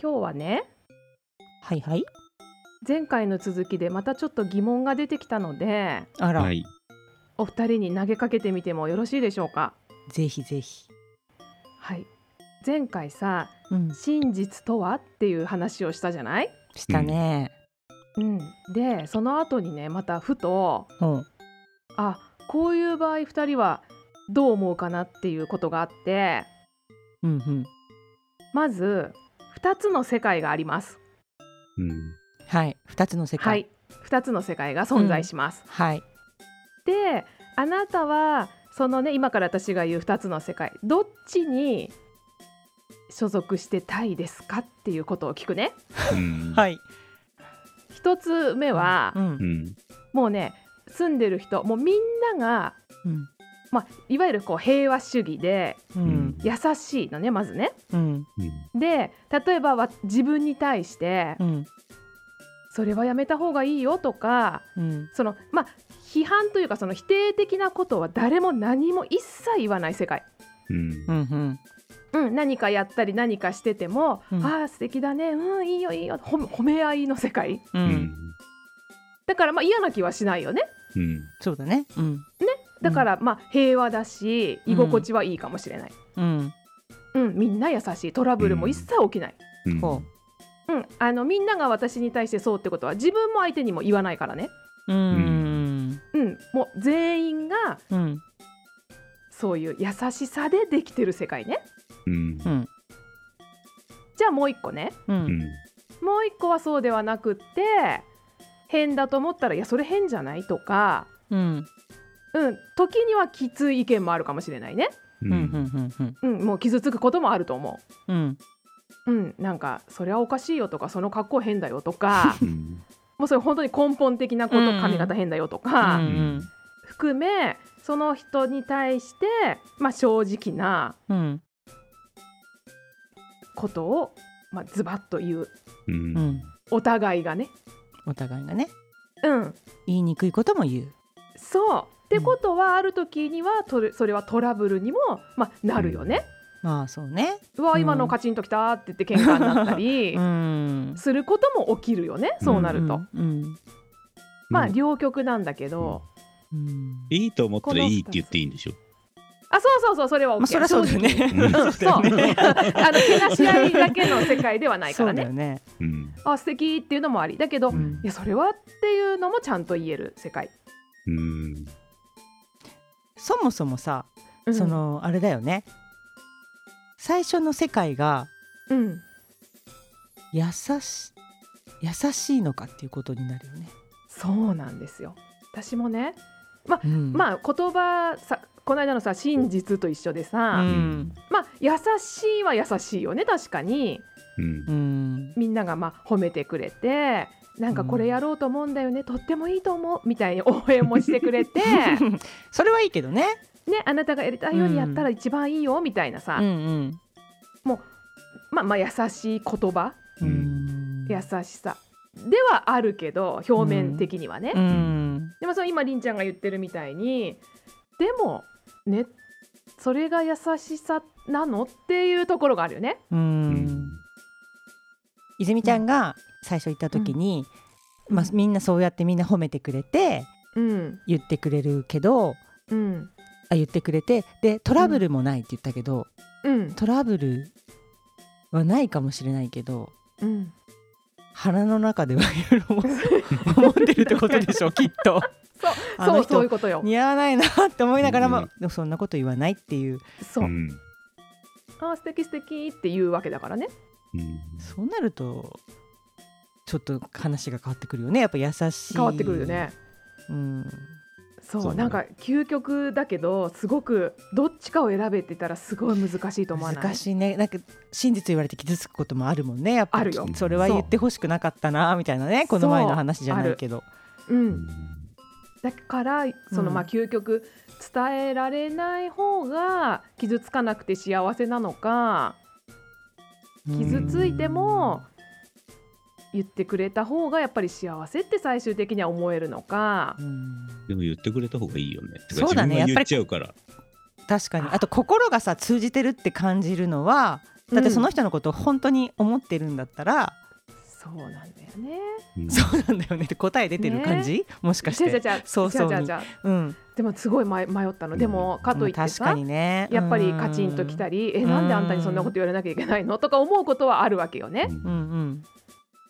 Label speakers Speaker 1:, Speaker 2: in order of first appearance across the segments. Speaker 1: 今日はね
Speaker 2: はいはい。
Speaker 1: 前回の続きでまたちょっと疑問が出てきたので
Speaker 2: あら、
Speaker 3: はい。
Speaker 1: お二人に投げかけてみてもよろしいでしょうか
Speaker 2: ぜひぜひ。
Speaker 1: はい前回さ
Speaker 2: うん、
Speaker 1: 真実とはっていう話をしたじゃない
Speaker 2: したね。
Speaker 1: うんでその後にねまたふと
Speaker 2: うん。
Speaker 1: あこういう場合二人はどう思うかなっていうことがあって
Speaker 2: うんうん。
Speaker 1: まず二つの世界があります
Speaker 3: うん。
Speaker 2: はい。二つの世
Speaker 1: は
Speaker 2: 界。
Speaker 1: い二つの世界が存在します、
Speaker 2: はい。
Speaker 1: であなたはそのね今から私が言う2つの世界どっちに所属してたいですかっていうことを聞くね
Speaker 3: うん。い。
Speaker 2: い。
Speaker 1: 1つ目は、
Speaker 2: うん
Speaker 3: う。ん。
Speaker 1: もうね住んでる人もうみんなが、
Speaker 2: うん。
Speaker 1: まあ、いわゆるこう平和主義で
Speaker 2: う
Speaker 3: うんん。
Speaker 1: 優しいのねまずね。
Speaker 2: うん。
Speaker 3: うん。
Speaker 1: で例えばわ自分に対して
Speaker 2: うん。
Speaker 1: それはやめた方がいいよとか
Speaker 2: うん。
Speaker 1: そのまあ批判というかその否定的なことは誰も何も一切言わない世界。
Speaker 3: うん。
Speaker 2: うん。うん。
Speaker 1: うん、何かやったり何かしてても、
Speaker 2: うん
Speaker 1: ああ素敵だねうんいいよいいよ褒め褒め合いの世界
Speaker 2: う。
Speaker 3: うんん。
Speaker 1: だからまあ嫌な気はしないよね
Speaker 3: うん。
Speaker 2: そうだね。うん。
Speaker 1: だからまあ平和だし
Speaker 2: うん
Speaker 1: 居心地はいいかもしれない、
Speaker 2: うん。
Speaker 1: うんみんな優しいトラブルも一切起きない、
Speaker 3: うん
Speaker 2: こ
Speaker 1: うんあのみんなが私に対してそうってことは自分も相手にも言わないからね、
Speaker 2: うん。
Speaker 1: うん、もう全員が
Speaker 2: うん。
Speaker 1: そういう優しさでできてる世界ね
Speaker 3: うん。
Speaker 2: うん。
Speaker 1: じゃあもう一個ね
Speaker 2: う。
Speaker 3: うんん。
Speaker 1: もう一個はそうではなくって変だと思ったらいやそれ変じゃないとか
Speaker 2: うん。
Speaker 1: うん、時にはきつい意見もあるかもしれないね、
Speaker 3: う
Speaker 2: うん。うん。うん。うん。
Speaker 1: うん、もう傷つくこともあると思
Speaker 2: うん。
Speaker 1: う、うん、なんかそれはおかしいよとかその格好変だよと か
Speaker 3: うん。
Speaker 1: もうそれ本当に根本的なこと
Speaker 2: うん
Speaker 1: 髪型変だよとか、
Speaker 2: うん。
Speaker 1: 含めその人に対して、まあ、正直な
Speaker 2: うん。
Speaker 1: ことを、まあ、ズバッと言う
Speaker 3: うん。
Speaker 2: うん。
Speaker 1: お互いがね。
Speaker 2: お互いがね。
Speaker 1: うん、
Speaker 2: 言いにくいことも言う。
Speaker 1: そうってことはある時にはとれそれはトラブルにも、まあ、なるよね。
Speaker 2: まあ、そうね。
Speaker 1: うわ今のカチンときたって言って喧嘩になった り。
Speaker 2: ん。
Speaker 1: することも起きるよねそうなると、
Speaker 2: うん。
Speaker 1: まあ両極なんだけど、
Speaker 2: うん。
Speaker 3: いいと思ったらいいって言っていいんでしょ。
Speaker 1: あそうそうそうそれは OK、
Speaker 2: まあ、そりゃ そうだよね。
Speaker 3: 正直
Speaker 1: うんそう あのけなし合いだけの世界ではないから
Speaker 2: そ
Speaker 1: ね
Speaker 2: うだよね。
Speaker 3: うん。
Speaker 1: あ素敵っていうのもありだけど、
Speaker 3: う
Speaker 2: うんん
Speaker 1: いやそれはっていうのもちゃんと言える世界、
Speaker 3: うん。
Speaker 2: そもそもさ、
Speaker 1: うん
Speaker 2: そのあれだよね最初の世界が
Speaker 1: うん
Speaker 2: 優し優しいのかっていうことになるよね。
Speaker 1: そうなんですよ私もね
Speaker 2: うんあ、
Speaker 1: まあ言葉さこの間のさ真実と一緒でさ、
Speaker 2: うん
Speaker 1: まあ優しいは優しいよね確かに
Speaker 3: うん
Speaker 2: う。ん、
Speaker 1: みんながまあ褒めてくれてなんかこれやろうと思うんだよね、とってもいいと思うみたいに応援もしてくれ て
Speaker 2: それはいいけどね。
Speaker 1: ねあなたがやりたいようにやったら一番いいよみたいなさ、
Speaker 2: ん
Speaker 1: まあまあ優しい言葉
Speaker 2: う
Speaker 3: うん
Speaker 2: ん。
Speaker 1: 優しさではあるけど表面的にはね、
Speaker 2: うん。
Speaker 1: でもその今りんちゃんが言ってるみたいにでもねそれが優しさなのっていうところがあるよね。
Speaker 2: う。
Speaker 3: うんん。
Speaker 2: 泉ちゃんが最初行った時に、まあみんなそうやってみんな褒めてくれて
Speaker 1: うん、
Speaker 2: 言ってくれるけど。
Speaker 1: うん、
Speaker 2: あ言ってくれてでトラブルもないって言ったけど、
Speaker 1: うん、
Speaker 2: トラブルはないかもしれないけど
Speaker 1: うん
Speaker 2: 腹の中ではいろいろ思ってるってことでしょきっと。あ
Speaker 1: そ
Speaker 2: の
Speaker 1: うそうい
Speaker 2: 人
Speaker 1: うことよ。
Speaker 2: 似合わないなって思いながらも、
Speaker 3: うん
Speaker 2: でもそんなこと言わないっていう
Speaker 1: そう、
Speaker 3: うん。
Speaker 1: あー素敵素敵っていうわけだからね。
Speaker 2: そうなるとちょっと話が変わってくるよねやっぱ優しい
Speaker 1: 変わってくるよね。
Speaker 2: うん
Speaker 1: そう
Speaker 3: そうね
Speaker 1: なんか究極だけどすごくどっちかを選べって言ったらすごい難しいと思わない
Speaker 2: 難しいねなんか真実言われて傷つくこともあるもんねやっぱ
Speaker 1: あるよ
Speaker 2: それは言ってほしくなかったなみたいなねこの前の話じゃないけど
Speaker 1: うん、だからその
Speaker 2: うん
Speaker 1: まあ究極伝えられない方が傷つかなくて幸せなのか傷ついても言ってくれた方がやっぱり幸せって最終的には思えるのか
Speaker 2: うん、うん
Speaker 3: でも言ってくれた方がいいよね。
Speaker 2: そうだね
Speaker 3: 自分が言っちゃうから。
Speaker 2: 確かにあと心がさ通じてるって感じるのはだってその人のことを本当に思ってるんだったら、
Speaker 1: そうなんだよね。
Speaker 3: うん
Speaker 2: そうなんだよねって答え出てる感じ、もしかし
Speaker 1: じゃじゃ
Speaker 2: て。
Speaker 1: じゃ
Speaker 2: そうそう
Speaker 1: じゃじゃじゃ
Speaker 2: うん、
Speaker 1: でもすごい迷迷ったの。でもかといって
Speaker 2: 確
Speaker 1: さ、
Speaker 2: かにね
Speaker 1: やっぱりカチンときたり、えなんであんたにそんなこと言われなきゃいけないのとか思うことはあるわけよね。
Speaker 2: うんうん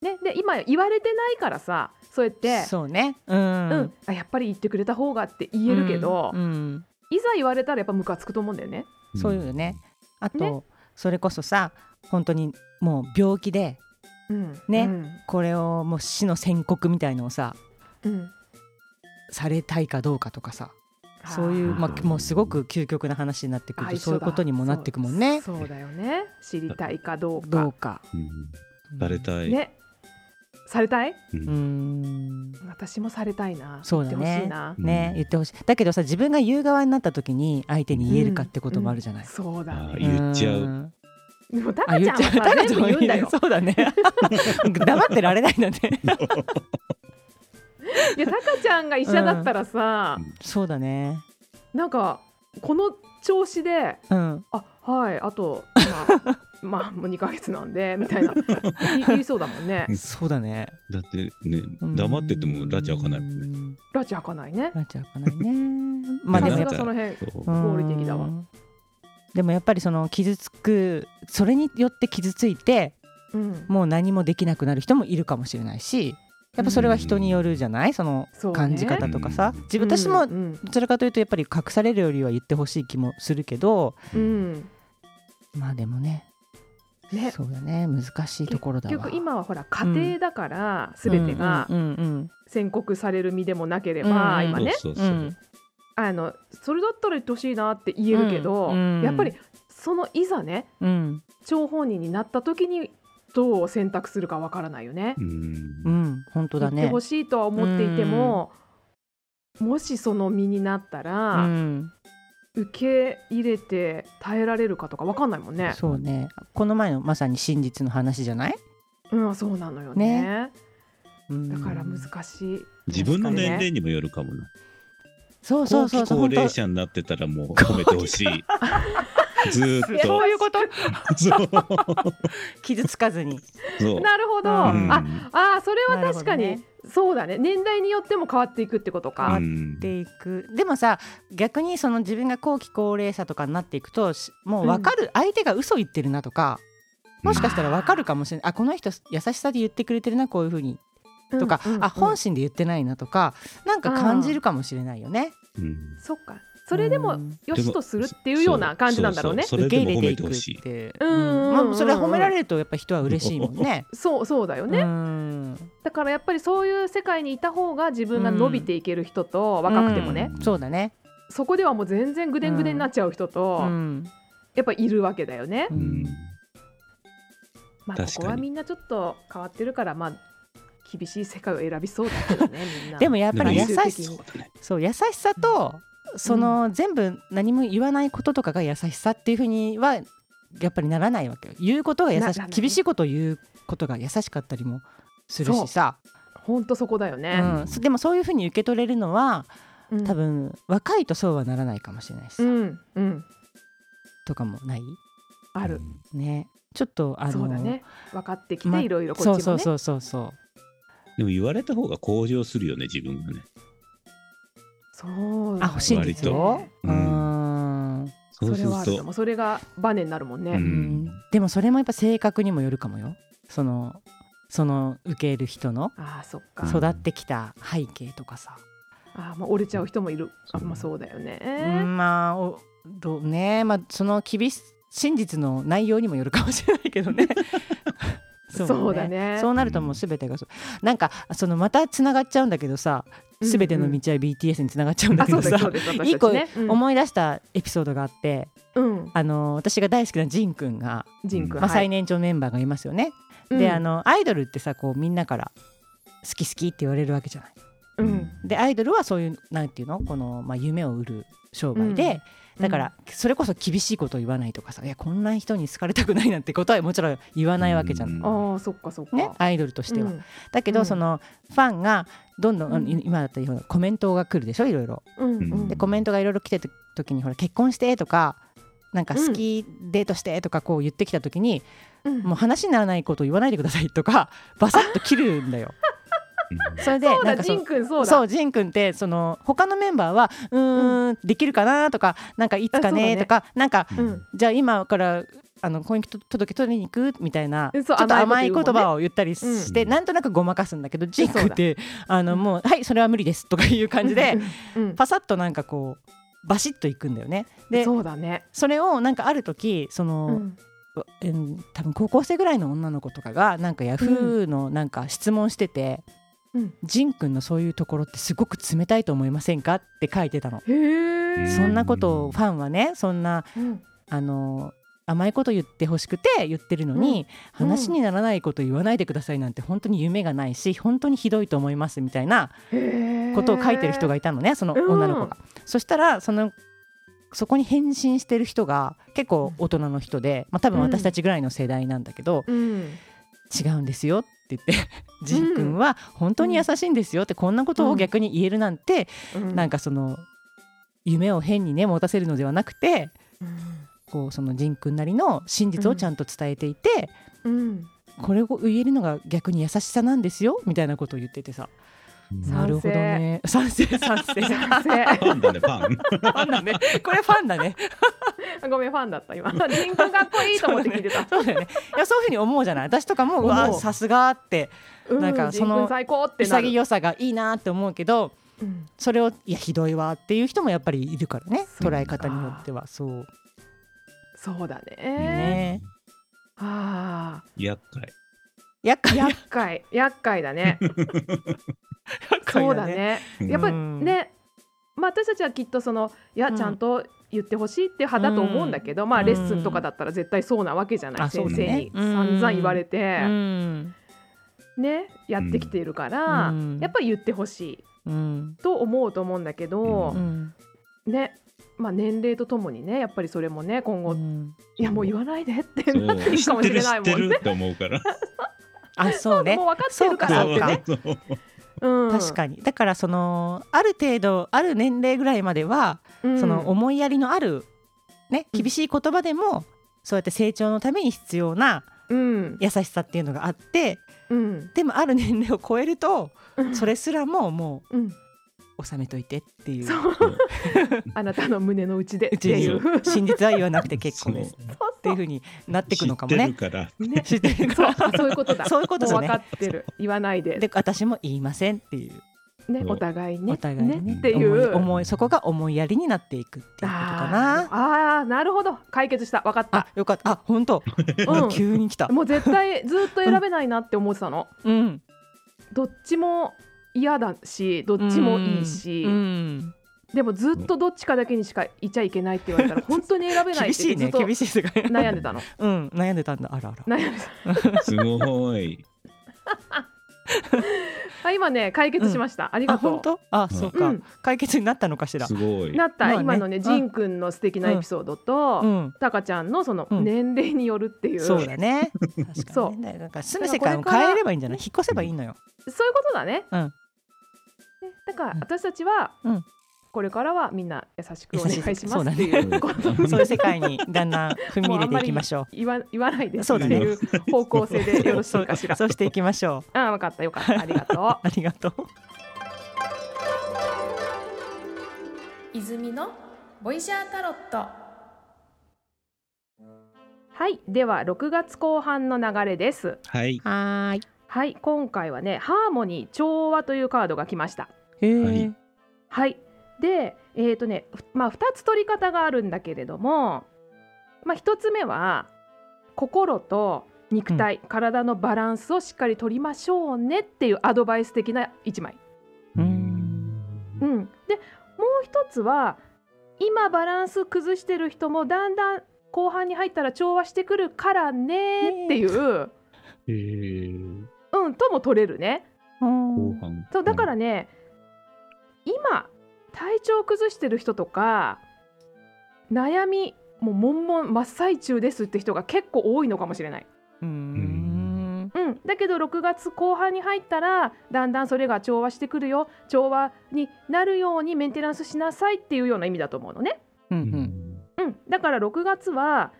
Speaker 1: ねで今言われてないからさそうやっ
Speaker 2: うん
Speaker 1: て。
Speaker 2: そうねうん、
Speaker 1: うん、あやっぱり言ってくれた方がって言えるけど、
Speaker 2: うんうん
Speaker 1: いざ言われたらやっぱムカつくと思うんだよね。
Speaker 2: そういうよね。あと、
Speaker 1: ね
Speaker 2: それこそさ本当にもう病気で
Speaker 1: うん、
Speaker 2: ね
Speaker 1: うん
Speaker 2: これをもう死の宣告みたいのをさ
Speaker 1: うん
Speaker 2: されたいかどうかとかさそういう、
Speaker 1: あー
Speaker 2: まあ、もうすごく究極な話になってくる
Speaker 1: あ
Speaker 2: と
Speaker 1: 一緒
Speaker 2: そういう
Speaker 1: だ
Speaker 2: ことにもなってくもんね。
Speaker 1: そうそうだよね知りたいかどうか
Speaker 2: どうか。
Speaker 3: うんされたい。
Speaker 1: ねされたい
Speaker 3: うん
Speaker 2: うーん
Speaker 1: 私もされたいな
Speaker 2: そうだ
Speaker 1: 言ってほし
Speaker 2: ね
Speaker 1: いな
Speaker 2: ね、言ってほしいだけどさ自分が言う側になった時に相手に言えるかってこともあるじゃない、
Speaker 1: そうだ
Speaker 3: あ
Speaker 1: ね
Speaker 3: 言っちゃうん
Speaker 1: でもタカ
Speaker 2: あ
Speaker 1: ちゃんはさ
Speaker 2: タカ
Speaker 1: 全
Speaker 2: ちゃん
Speaker 1: 部
Speaker 2: は
Speaker 1: 言うんだ よ
Speaker 2: そうだね 黙ってられないんだね
Speaker 1: いやタカちゃんが医者だったらさ
Speaker 2: そうだね
Speaker 1: なんかこの調子で
Speaker 2: うん
Speaker 1: あはいあとまあ まあもう2ヶ月なん でみたいな言い言いそうだもんね
Speaker 3: うん
Speaker 2: そうだね
Speaker 3: だってね、黙ってても拉致開かないもんね。
Speaker 2: ね
Speaker 1: ラジ開かないね
Speaker 2: ラチ開かないねまあで
Speaker 1: さ
Speaker 2: も
Speaker 1: す
Speaker 2: やっ
Speaker 1: がその辺
Speaker 3: そう
Speaker 2: ぱ
Speaker 1: 合理的だわ
Speaker 2: うんでもやっぱりその傷つくそれによって傷ついて
Speaker 1: うん
Speaker 2: もう何もできなくなる人もいるかもしれないしやっぱそれは人によるじゃないその
Speaker 1: そうね
Speaker 2: 感じ方とかさ、
Speaker 3: うん
Speaker 2: 自分私も
Speaker 1: うんうん
Speaker 2: どちらかというとやっぱり隠されるよりは言ってほしい気もするけど
Speaker 1: うん
Speaker 2: まあでもね
Speaker 1: ね
Speaker 2: そうだね難しいところだわ
Speaker 1: 結局今はほら家庭だから全てが
Speaker 2: うんうん
Speaker 1: 宣告される身でもなけれ
Speaker 2: うん
Speaker 1: ば
Speaker 2: うん
Speaker 1: 今ね
Speaker 3: そう
Speaker 2: う
Speaker 3: そ
Speaker 2: んう
Speaker 3: う。
Speaker 2: ん
Speaker 1: あのそれだったら言ってほしいなって言えるけど、
Speaker 2: うんうん
Speaker 1: やっぱりそのいざね
Speaker 2: うん
Speaker 1: 張本人になった時にどう選択するかわからないよね。
Speaker 3: うん
Speaker 2: う。ん本当だ
Speaker 1: 言って
Speaker 2: ね
Speaker 1: ほしいとは思っていても、もしその身になった
Speaker 2: う
Speaker 1: ら、
Speaker 2: ん
Speaker 1: 受け入れて耐えられるかとかわかんないもんね。
Speaker 2: そうねこの前のまさに真実の話じゃない
Speaker 1: うん、そうなのよね。
Speaker 2: うん
Speaker 1: だから難しい。
Speaker 3: 自分の年齢にもよるかもな。
Speaker 2: そうそうそうそう
Speaker 3: 後期高齢
Speaker 2: 本
Speaker 3: 者になってたらもう褒めてほしい。 ずーっ
Speaker 1: そう
Speaker 3: と。
Speaker 1: いうこと。
Speaker 3: そう。
Speaker 2: 当傷つかずに
Speaker 3: そう。
Speaker 1: なるほど。
Speaker 2: うん
Speaker 1: あ、あーそれは確か
Speaker 2: なる
Speaker 1: に、
Speaker 2: ほ
Speaker 1: そうだね。年代によっても変わっていくってこと
Speaker 3: う
Speaker 1: か。
Speaker 3: ん
Speaker 2: っていくでもさ逆にその自分が後期高齢者とかになっていくとしもう分かる、相手が嘘言ってるなとかもしかしたら分かるかもしれないあこの人優しさで言ってくれてるなこういうふうにとか、
Speaker 1: うんうんうん
Speaker 2: あ本心で言ってないなとかなんか感じるかもしれないよね。
Speaker 3: うん
Speaker 1: そっか。それで
Speaker 2: う
Speaker 1: も
Speaker 2: ん
Speaker 1: よしとするっていうような感じなんだろうね。
Speaker 3: そ
Speaker 2: 受
Speaker 3: れ
Speaker 2: け
Speaker 3: で
Speaker 2: 入
Speaker 3: も
Speaker 2: れ
Speaker 3: 褒
Speaker 2: て
Speaker 3: め
Speaker 2: いくっ
Speaker 3: てほしい。
Speaker 2: て
Speaker 1: うんうんうん
Speaker 2: まあ、それは褒められるとやっぱ人は嬉しいもんね。
Speaker 1: そうそうだよ ね、
Speaker 2: うん
Speaker 1: だからやっぱりそういう世界にいた方が自分が伸びていける人と若くてもね、
Speaker 3: うん
Speaker 2: そうだね。
Speaker 1: そこではもう全然ぐでんぐでんになっちゃう人と、
Speaker 2: うん
Speaker 1: やっぱいるわけだよね
Speaker 2: う。
Speaker 3: うん
Speaker 2: ん
Speaker 1: まあ
Speaker 3: 確かに
Speaker 1: ここはみんなちょっと変わってるからまあ厳しい世界を選びそうだけど ねみんな。
Speaker 2: でもやっぱり優
Speaker 1: で
Speaker 2: し
Speaker 1: もそ
Speaker 2: さ
Speaker 1: う
Speaker 3: だね
Speaker 2: そう優しさと、その全部何も言わないこととかが優しさっていうふうにはやっぱりならないわけよ言うことが優
Speaker 1: な
Speaker 2: し
Speaker 1: ならない
Speaker 2: 厳しいことを言うことが優しかったりもするしさ
Speaker 1: 本当そこだよ
Speaker 2: う、
Speaker 1: ね。
Speaker 2: ん、そでもそういうふうに受け取れるのは
Speaker 1: うん、
Speaker 2: 多分若いとそうはならないかもしれないしさ、
Speaker 1: うんうん
Speaker 2: とかもない
Speaker 1: ある。
Speaker 2: ねちょっとあの
Speaker 1: そうだね分かってき
Speaker 2: ま
Speaker 1: ていろいろこっち
Speaker 2: そ
Speaker 1: も
Speaker 2: う
Speaker 1: ね。
Speaker 2: そうそうそうそう
Speaker 3: でも言われた方が向上するよね自分がね
Speaker 1: そうだよね
Speaker 2: あ欲しいんですよ、う
Speaker 3: 割と
Speaker 2: ん
Speaker 3: そ
Speaker 1: そ
Speaker 3: うする
Speaker 1: れはあると
Speaker 3: と
Speaker 1: もそれがバネになるもんね。
Speaker 3: うん
Speaker 2: でもそれもやっぱ性格にもよるかもよそのその受ける人の
Speaker 1: ああそっか。
Speaker 3: うん
Speaker 2: 育ってきた背景とかさ、
Speaker 1: ああまあ折れちゃう人もいる。あ
Speaker 3: そう
Speaker 1: まあそうだよ
Speaker 2: う
Speaker 1: ね。
Speaker 2: んまあおどうねまあその厳し真実の内容にもよるかもしれないけどね
Speaker 1: そうだね
Speaker 2: そうなるともう全てがそうなんかそのまたつながっちゃうんだけどさ
Speaker 1: うん
Speaker 2: 全ての道は BTS につながっちゃうんだ
Speaker 1: あ
Speaker 2: け
Speaker 1: そ
Speaker 2: ど
Speaker 1: うです
Speaker 2: さ、
Speaker 1: そうです。
Speaker 2: い
Speaker 1: 私
Speaker 2: い
Speaker 1: た
Speaker 2: 子
Speaker 1: ちね。うん
Speaker 2: 思い出したエピソードがあって
Speaker 1: うん
Speaker 2: あの私が大好きなジンくんが、
Speaker 1: ジン君。
Speaker 2: まあ、
Speaker 1: はい
Speaker 2: 最年長メンバーがいますよね、
Speaker 1: うん
Speaker 2: であのアイドルってさこうみんなから好き好きって言われるわけじゃない
Speaker 1: うん
Speaker 2: でアイドルはそういうなんていうのこの、まあ、夢を売る商売で、
Speaker 1: うん
Speaker 2: だからそれこそ厳しいことを言わないとかさいやこんな人に好かれたくないなんてことはもちろん言わないわけじゃん、
Speaker 1: ああそっかそっか。
Speaker 2: ね、アイドルとしては。
Speaker 1: うん
Speaker 2: だけど、
Speaker 1: うん
Speaker 2: そのファンがどんどん、
Speaker 1: う
Speaker 2: あの
Speaker 1: ん
Speaker 2: 今だったらほらコメントが来るでしょいろいろ。
Speaker 1: うんうん
Speaker 2: でコメントがいろいろ来てた時にほら結婚してとかなんか好きデートしてとかこう言ってきた時に、
Speaker 1: うん
Speaker 2: もう話にならないことを言わないでください とかバサッと切るんだよ。それで
Speaker 1: そう
Speaker 2: な
Speaker 1: だ
Speaker 2: んか
Speaker 1: ジンくんそうだ
Speaker 2: そうジン君ってその他のメンバーはうーんできるかなとかなんかいつか
Speaker 1: あそうだ
Speaker 2: ね
Speaker 1: ね
Speaker 2: とかなんか
Speaker 1: う
Speaker 3: うんん
Speaker 2: じゃあ今からあの婚姻届取りに行くみたいなち
Speaker 1: え
Speaker 2: ょっ
Speaker 1: そう
Speaker 2: と甘い
Speaker 1: 甘いこ
Speaker 2: 言
Speaker 1: と言うもんね
Speaker 2: 葉を言ったりして、
Speaker 3: うん
Speaker 2: なんとなくごまかすんだけどジン君ってあのもうはいそれは無理ですとかいう感じで、
Speaker 1: うんうん
Speaker 2: パサッとなんかこうバシッといくんだよね。で
Speaker 1: そうだね、
Speaker 2: それをなんかある時その、
Speaker 1: うん
Speaker 2: うん多分高校生ぐらいの女の子とかがなんかヤフーのなんか質問してて、
Speaker 1: うん
Speaker 2: ジン君のそういうところってすごく冷たいと思いませんかって書いてたの、
Speaker 1: へえ
Speaker 2: そんなことをファンはねそんな
Speaker 1: うん
Speaker 2: あの甘いこと言ってほしくて言ってるのに、
Speaker 1: うん
Speaker 2: 話にならないこと言わないでくださいなんて本当に夢がないし本当にひどいと思いますみたいな
Speaker 1: へー
Speaker 2: ことを書いてる人がいたのねその女の子が。そしたらそのそこに返信してる人が結構大人の人で、まあ、多分私たちぐらいの世代なんだけど、
Speaker 1: うん
Speaker 2: 違うんですよって言って「ジン君は本当に優しいんですよ」ってこんなことを逆に言えるなんて、
Speaker 1: うん
Speaker 2: なんかその夢を変にね持たせるのではなくてこうそのジン君なりの真実をちゃんと伝えていて、
Speaker 1: うん
Speaker 2: これを言えるのが逆に優しさなんですよみたいなことを言っててさ
Speaker 1: 賛成
Speaker 2: なるほどね賛成賛
Speaker 1: 賛
Speaker 2: 成
Speaker 1: 成
Speaker 3: ファンだね、ファン。
Speaker 2: ファンだねこれファンだね
Speaker 1: ごめんファンだった今ジンくんかっこいいと思って聞いてた、
Speaker 2: そうだよねいやそういうふうに思うじゃない私とかもう
Speaker 1: 思う
Speaker 2: わさすがって
Speaker 1: う
Speaker 2: なんかその
Speaker 1: ジンくん最高ってなる、
Speaker 2: 潔さがいいなって思うけど
Speaker 1: うん
Speaker 2: それをいやひどいわっていう人もやっぱりいるからね
Speaker 3: そうか
Speaker 2: 捉え方によってはそう
Speaker 1: そうだね
Speaker 2: ね
Speaker 1: あ
Speaker 3: 厄介。
Speaker 2: 厄
Speaker 1: ー
Speaker 2: 介
Speaker 1: 厄介厄介だね
Speaker 2: 厄介
Speaker 1: そうだね
Speaker 3: うん
Speaker 1: やっぱり
Speaker 2: うん
Speaker 1: ね、まあ、私たちはきっとそのいや
Speaker 2: うん
Speaker 1: ちゃんと言ってほしいって派だと思うんだけど、まあ、
Speaker 2: うん
Speaker 1: レッスンとかだったら絶対そうなわけじゃない、
Speaker 2: あそう
Speaker 1: 先
Speaker 2: だ
Speaker 1: 生
Speaker 2: ね
Speaker 1: に散々言われて、
Speaker 2: うん
Speaker 1: ね、やってきているから、
Speaker 2: うん
Speaker 1: やっぱり言ってほしい
Speaker 2: うん
Speaker 1: と思うと思うんだけ
Speaker 2: う
Speaker 1: ど、
Speaker 2: ん
Speaker 1: ねまあ、年齢とともにねやっぱりそれもね今後、
Speaker 2: うん
Speaker 1: いやもう言わないでって
Speaker 3: そう
Speaker 1: なっていくかもしれない
Speaker 3: 知
Speaker 1: もん
Speaker 3: ってる知ってる
Speaker 1: ね。
Speaker 3: って思うから。
Speaker 2: あそうね
Speaker 1: もう分かってるから
Speaker 2: そう
Speaker 1: ってね。
Speaker 3: そうそう
Speaker 1: うん
Speaker 2: 確かにだからそのある程度ある年齢ぐらいまでは
Speaker 1: うん
Speaker 2: その思いやりのあるね
Speaker 1: うん
Speaker 2: 厳しい言葉でもそうやって成長のために必要な
Speaker 1: うん
Speaker 2: 優しさっていうのがあって
Speaker 1: うん
Speaker 2: でもある年齢を超えると
Speaker 1: うん
Speaker 2: それすらもも
Speaker 1: うん
Speaker 2: う収めといてっていう
Speaker 1: そうあなたの胸の内でって
Speaker 2: うち に
Speaker 1: いう。
Speaker 3: そ
Speaker 2: 真実は言わなくて結構です
Speaker 3: そ
Speaker 2: っていうふうになっていくのかも
Speaker 3: 知って
Speaker 2: ね
Speaker 3: る。から。
Speaker 1: ね
Speaker 2: 知ってる
Speaker 1: そう
Speaker 2: か
Speaker 1: あそういうことだ。
Speaker 2: そういうことだね
Speaker 1: も分かってる。言わないで。
Speaker 2: らで私も言いませんっていう
Speaker 1: ね、
Speaker 3: そう
Speaker 1: お互いね。
Speaker 2: お互いにね
Speaker 1: っていう。
Speaker 2: 思い思いそこが思いやりになっていくっていうことかな。
Speaker 1: あーあー、なるほど。解決した。分かった
Speaker 2: あ。よかったあ本当
Speaker 1: う
Speaker 2: 急に来た
Speaker 1: ん。。もう絶 対ずっと選べないなって思ってたの。
Speaker 2: うん
Speaker 1: どっちも嫌だし、どっちもいいし
Speaker 2: う、ん
Speaker 1: でもずっとどっちかだけにしかいちゃいけないって言われた ら本当に選べない
Speaker 2: 厳
Speaker 1: っ
Speaker 2: し
Speaker 1: て
Speaker 2: い
Speaker 1: ず
Speaker 2: ね
Speaker 1: っと
Speaker 2: 厳しい世界。
Speaker 1: 悩んでた の。
Speaker 2: うん悩んでたんだあらあら。
Speaker 1: 悩んでた
Speaker 3: す ごい。
Speaker 1: あ。今ね解決しました。あり
Speaker 2: あ
Speaker 1: がと
Speaker 2: 本
Speaker 1: う。
Speaker 2: 当あそう
Speaker 1: う
Speaker 2: か
Speaker 1: ん
Speaker 2: 解決になったのかしら
Speaker 3: す。ごい。
Speaker 1: なった、
Speaker 2: まあね
Speaker 1: 今のね
Speaker 2: うん
Speaker 1: ジンくんの素敵なエピソードと、
Speaker 2: うん
Speaker 1: タカちゃんのその
Speaker 2: うん
Speaker 1: 年齢によるっていう、
Speaker 2: そうだね。確か
Speaker 1: そう
Speaker 2: にね。なんか住む世界を変えればいいんじゃない引っ越せばいいのよ。
Speaker 1: そういうことだね。
Speaker 2: うん
Speaker 1: ねだから
Speaker 2: うん
Speaker 1: 私たちは、
Speaker 2: うん
Speaker 1: これからはみんな優しくお願いしま
Speaker 2: 優し
Speaker 1: す
Speaker 2: いそうだ
Speaker 1: っ
Speaker 2: ね
Speaker 1: ていうこと
Speaker 3: うん
Speaker 2: そういう世界にだんだん踏み入れていきましょ
Speaker 1: 言わ 言わないで
Speaker 2: そうだ
Speaker 1: って
Speaker 2: ね
Speaker 1: いう方向性で
Speaker 2: う。
Speaker 1: よろしいかしら。
Speaker 2: そうそうしていきましょう。
Speaker 1: あ分かったよかったありが と
Speaker 2: ありがとう。
Speaker 4: いずみのボイジャータロット
Speaker 1: う。はいでは6月後半の流れです。
Speaker 3: はい。
Speaker 2: はーい。
Speaker 1: はい今回はねハーモニー調和というカードが来ました。
Speaker 2: へ
Speaker 3: は
Speaker 2: え
Speaker 3: い。
Speaker 1: はい。で、えっ、とね、ふまあ、2つ取り方があるんだけれども、まあ、1つ目は心と肉体、体のバランスをしっかり取りましょうねっていうアドバイス的な1枚。
Speaker 2: う
Speaker 3: うん
Speaker 1: う
Speaker 3: ん。
Speaker 1: ん、でもう1つは今バランス崩してる人もだんだん後半に入ったら調和してくるからねっていう、
Speaker 3: えー、
Speaker 1: うん、とも取れるね。
Speaker 3: 後半。
Speaker 1: そうだからね、今体調崩してる人とか悩みもう悶々真っ最中ですって人が結構多いのかもしれない、
Speaker 2: うーん。
Speaker 1: うん、だけど6月後半に入ったらだんだんそれが調和してくるよ調和になるようにメンテナンスしなさいっていうような意味だと思うのね。
Speaker 2: うんう
Speaker 3: うん
Speaker 2: ん。
Speaker 1: うん、うん、だから6月は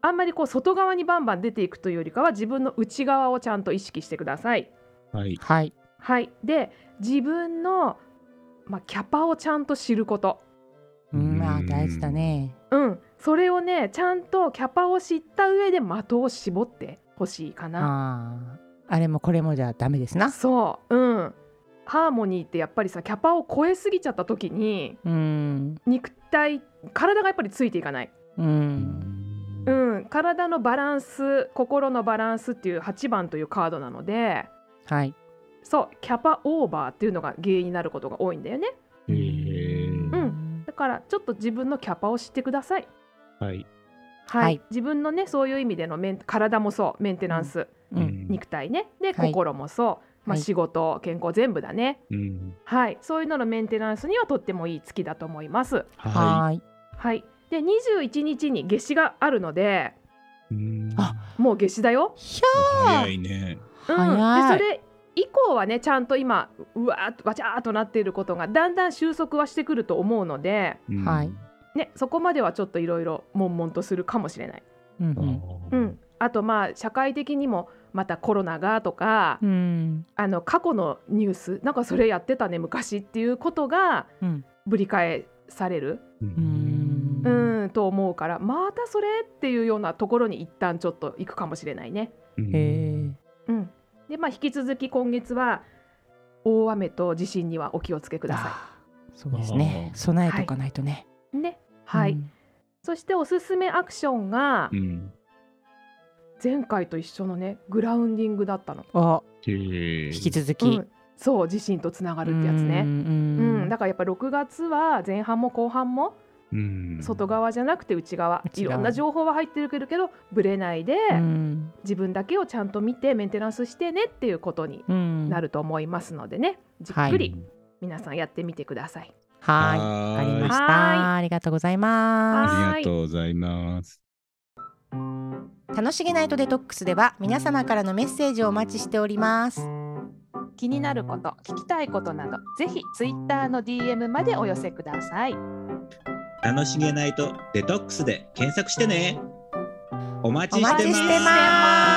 Speaker 1: あんまりこう外側にバンバン出ていくというよりかは自分の内側をちゃんと意識してください。
Speaker 3: はい。
Speaker 2: はい
Speaker 1: はい、で自分の、まあ、キャパをちゃんと知ること、
Speaker 2: うんまあ
Speaker 3: うん
Speaker 2: 大事だね
Speaker 1: うん、それをねちゃんとキャパを知った上で的を絞ってほしいかな。
Speaker 2: あああれもこれもじゃダメですな
Speaker 1: そう、うん、ハーモニーってやっぱりさキャパを超えすぎちゃった時に
Speaker 2: うん
Speaker 1: 肉体体がやっぱりついていかない、
Speaker 2: うん
Speaker 1: うん、体のバランス心のバランスっていう8番というカードなので
Speaker 2: はい
Speaker 1: そうキャパオーバーっていうのが原因になることが多いんだよね
Speaker 3: えー
Speaker 1: うだからちょっと自分のキャパを知ってください、
Speaker 3: はい。
Speaker 1: はい
Speaker 2: はい
Speaker 1: 自分のねそういう意味でのメン体もそうメンテナンス、
Speaker 2: うん
Speaker 1: 肉体ねで
Speaker 2: はい
Speaker 1: 心もそう、まあ、
Speaker 2: はい
Speaker 1: 仕事、健康全部だね
Speaker 3: うん。
Speaker 1: はいそういうののメンテナンスにはとってもいい月だと思います
Speaker 3: は
Speaker 2: はーい
Speaker 1: はい。で21日に夏至があるので、
Speaker 3: い。うん
Speaker 2: あ
Speaker 1: もう夏至だよ。
Speaker 2: ひ
Speaker 3: 早いね。
Speaker 1: う
Speaker 2: 早
Speaker 1: ん、で
Speaker 2: い
Speaker 1: それ以降はねちゃんと今うわーっとわちゃーっとなっていることがだんだん収束はしてくると思うので、
Speaker 3: うん
Speaker 2: はい。
Speaker 1: ねそこまではちょっといろいろ悶々とするかもしれない。
Speaker 2: ゃうん
Speaker 3: あー
Speaker 1: うん。あとまあ社会的にもまたコロナがとか、
Speaker 2: うん
Speaker 1: あの過去のニュースなんかそれやってたね昔っていうことが
Speaker 2: うん
Speaker 1: ぶり返される、
Speaker 3: う
Speaker 2: うんん
Speaker 1: うん、と思うからまたそれっていうようなところに一旦ちょっと行くかもしれないね。
Speaker 3: うん
Speaker 2: へ
Speaker 1: うん、でまあ引き続き今月は大雨と地震にはお気をつけく
Speaker 2: え
Speaker 1: ださ
Speaker 2: そうですね
Speaker 3: あー
Speaker 2: 備えとかないとね
Speaker 1: い。ね。はい。
Speaker 2: うん
Speaker 1: そしておすすめアクションが
Speaker 3: うん。
Speaker 1: 前回と一緒のねグラウンディングだったの。
Speaker 2: あ
Speaker 3: 引
Speaker 2: 引き続
Speaker 1: う
Speaker 2: き
Speaker 1: ん、そう地震とつながるってやつ
Speaker 2: う
Speaker 1: ね。うん
Speaker 2: ん
Speaker 1: だからやっぱ6月は前半も後半も
Speaker 3: うん
Speaker 1: 外側じゃなくて内側、
Speaker 2: 内
Speaker 1: い
Speaker 2: 側
Speaker 1: ろんな情報は入ってるけどけどぶれないで、
Speaker 2: うん
Speaker 1: 自分だけをちゃんと見てメンテナンスしてねっていうことに
Speaker 2: うん
Speaker 1: なると思いますのでね、じっくり皆さんやってみてください。
Speaker 2: はいわ
Speaker 3: は
Speaker 2: かり
Speaker 3: ー
Speaker 2: ま
Speaker 3: い
Speaker 2: し。
Speaker 1: は
Speaker 2: た。ありがとうございま
Speaker 1: は
Speaker 3: ありがとうございます。
Speaker 2: す。楽しげナイトデトックスでは皆様からのメッセージをお待ちしております。
Speaker 5: 気になること聞きたいことなどぜひツイッターの DM までお寄せください
Speaker 6: 楽しげないとデトックスで検索してねお待ちし
Speaker 2: お
Speaker 6: てま
Speaker 2: 待
Speaker 6: す
Speaker 2: ちしてます。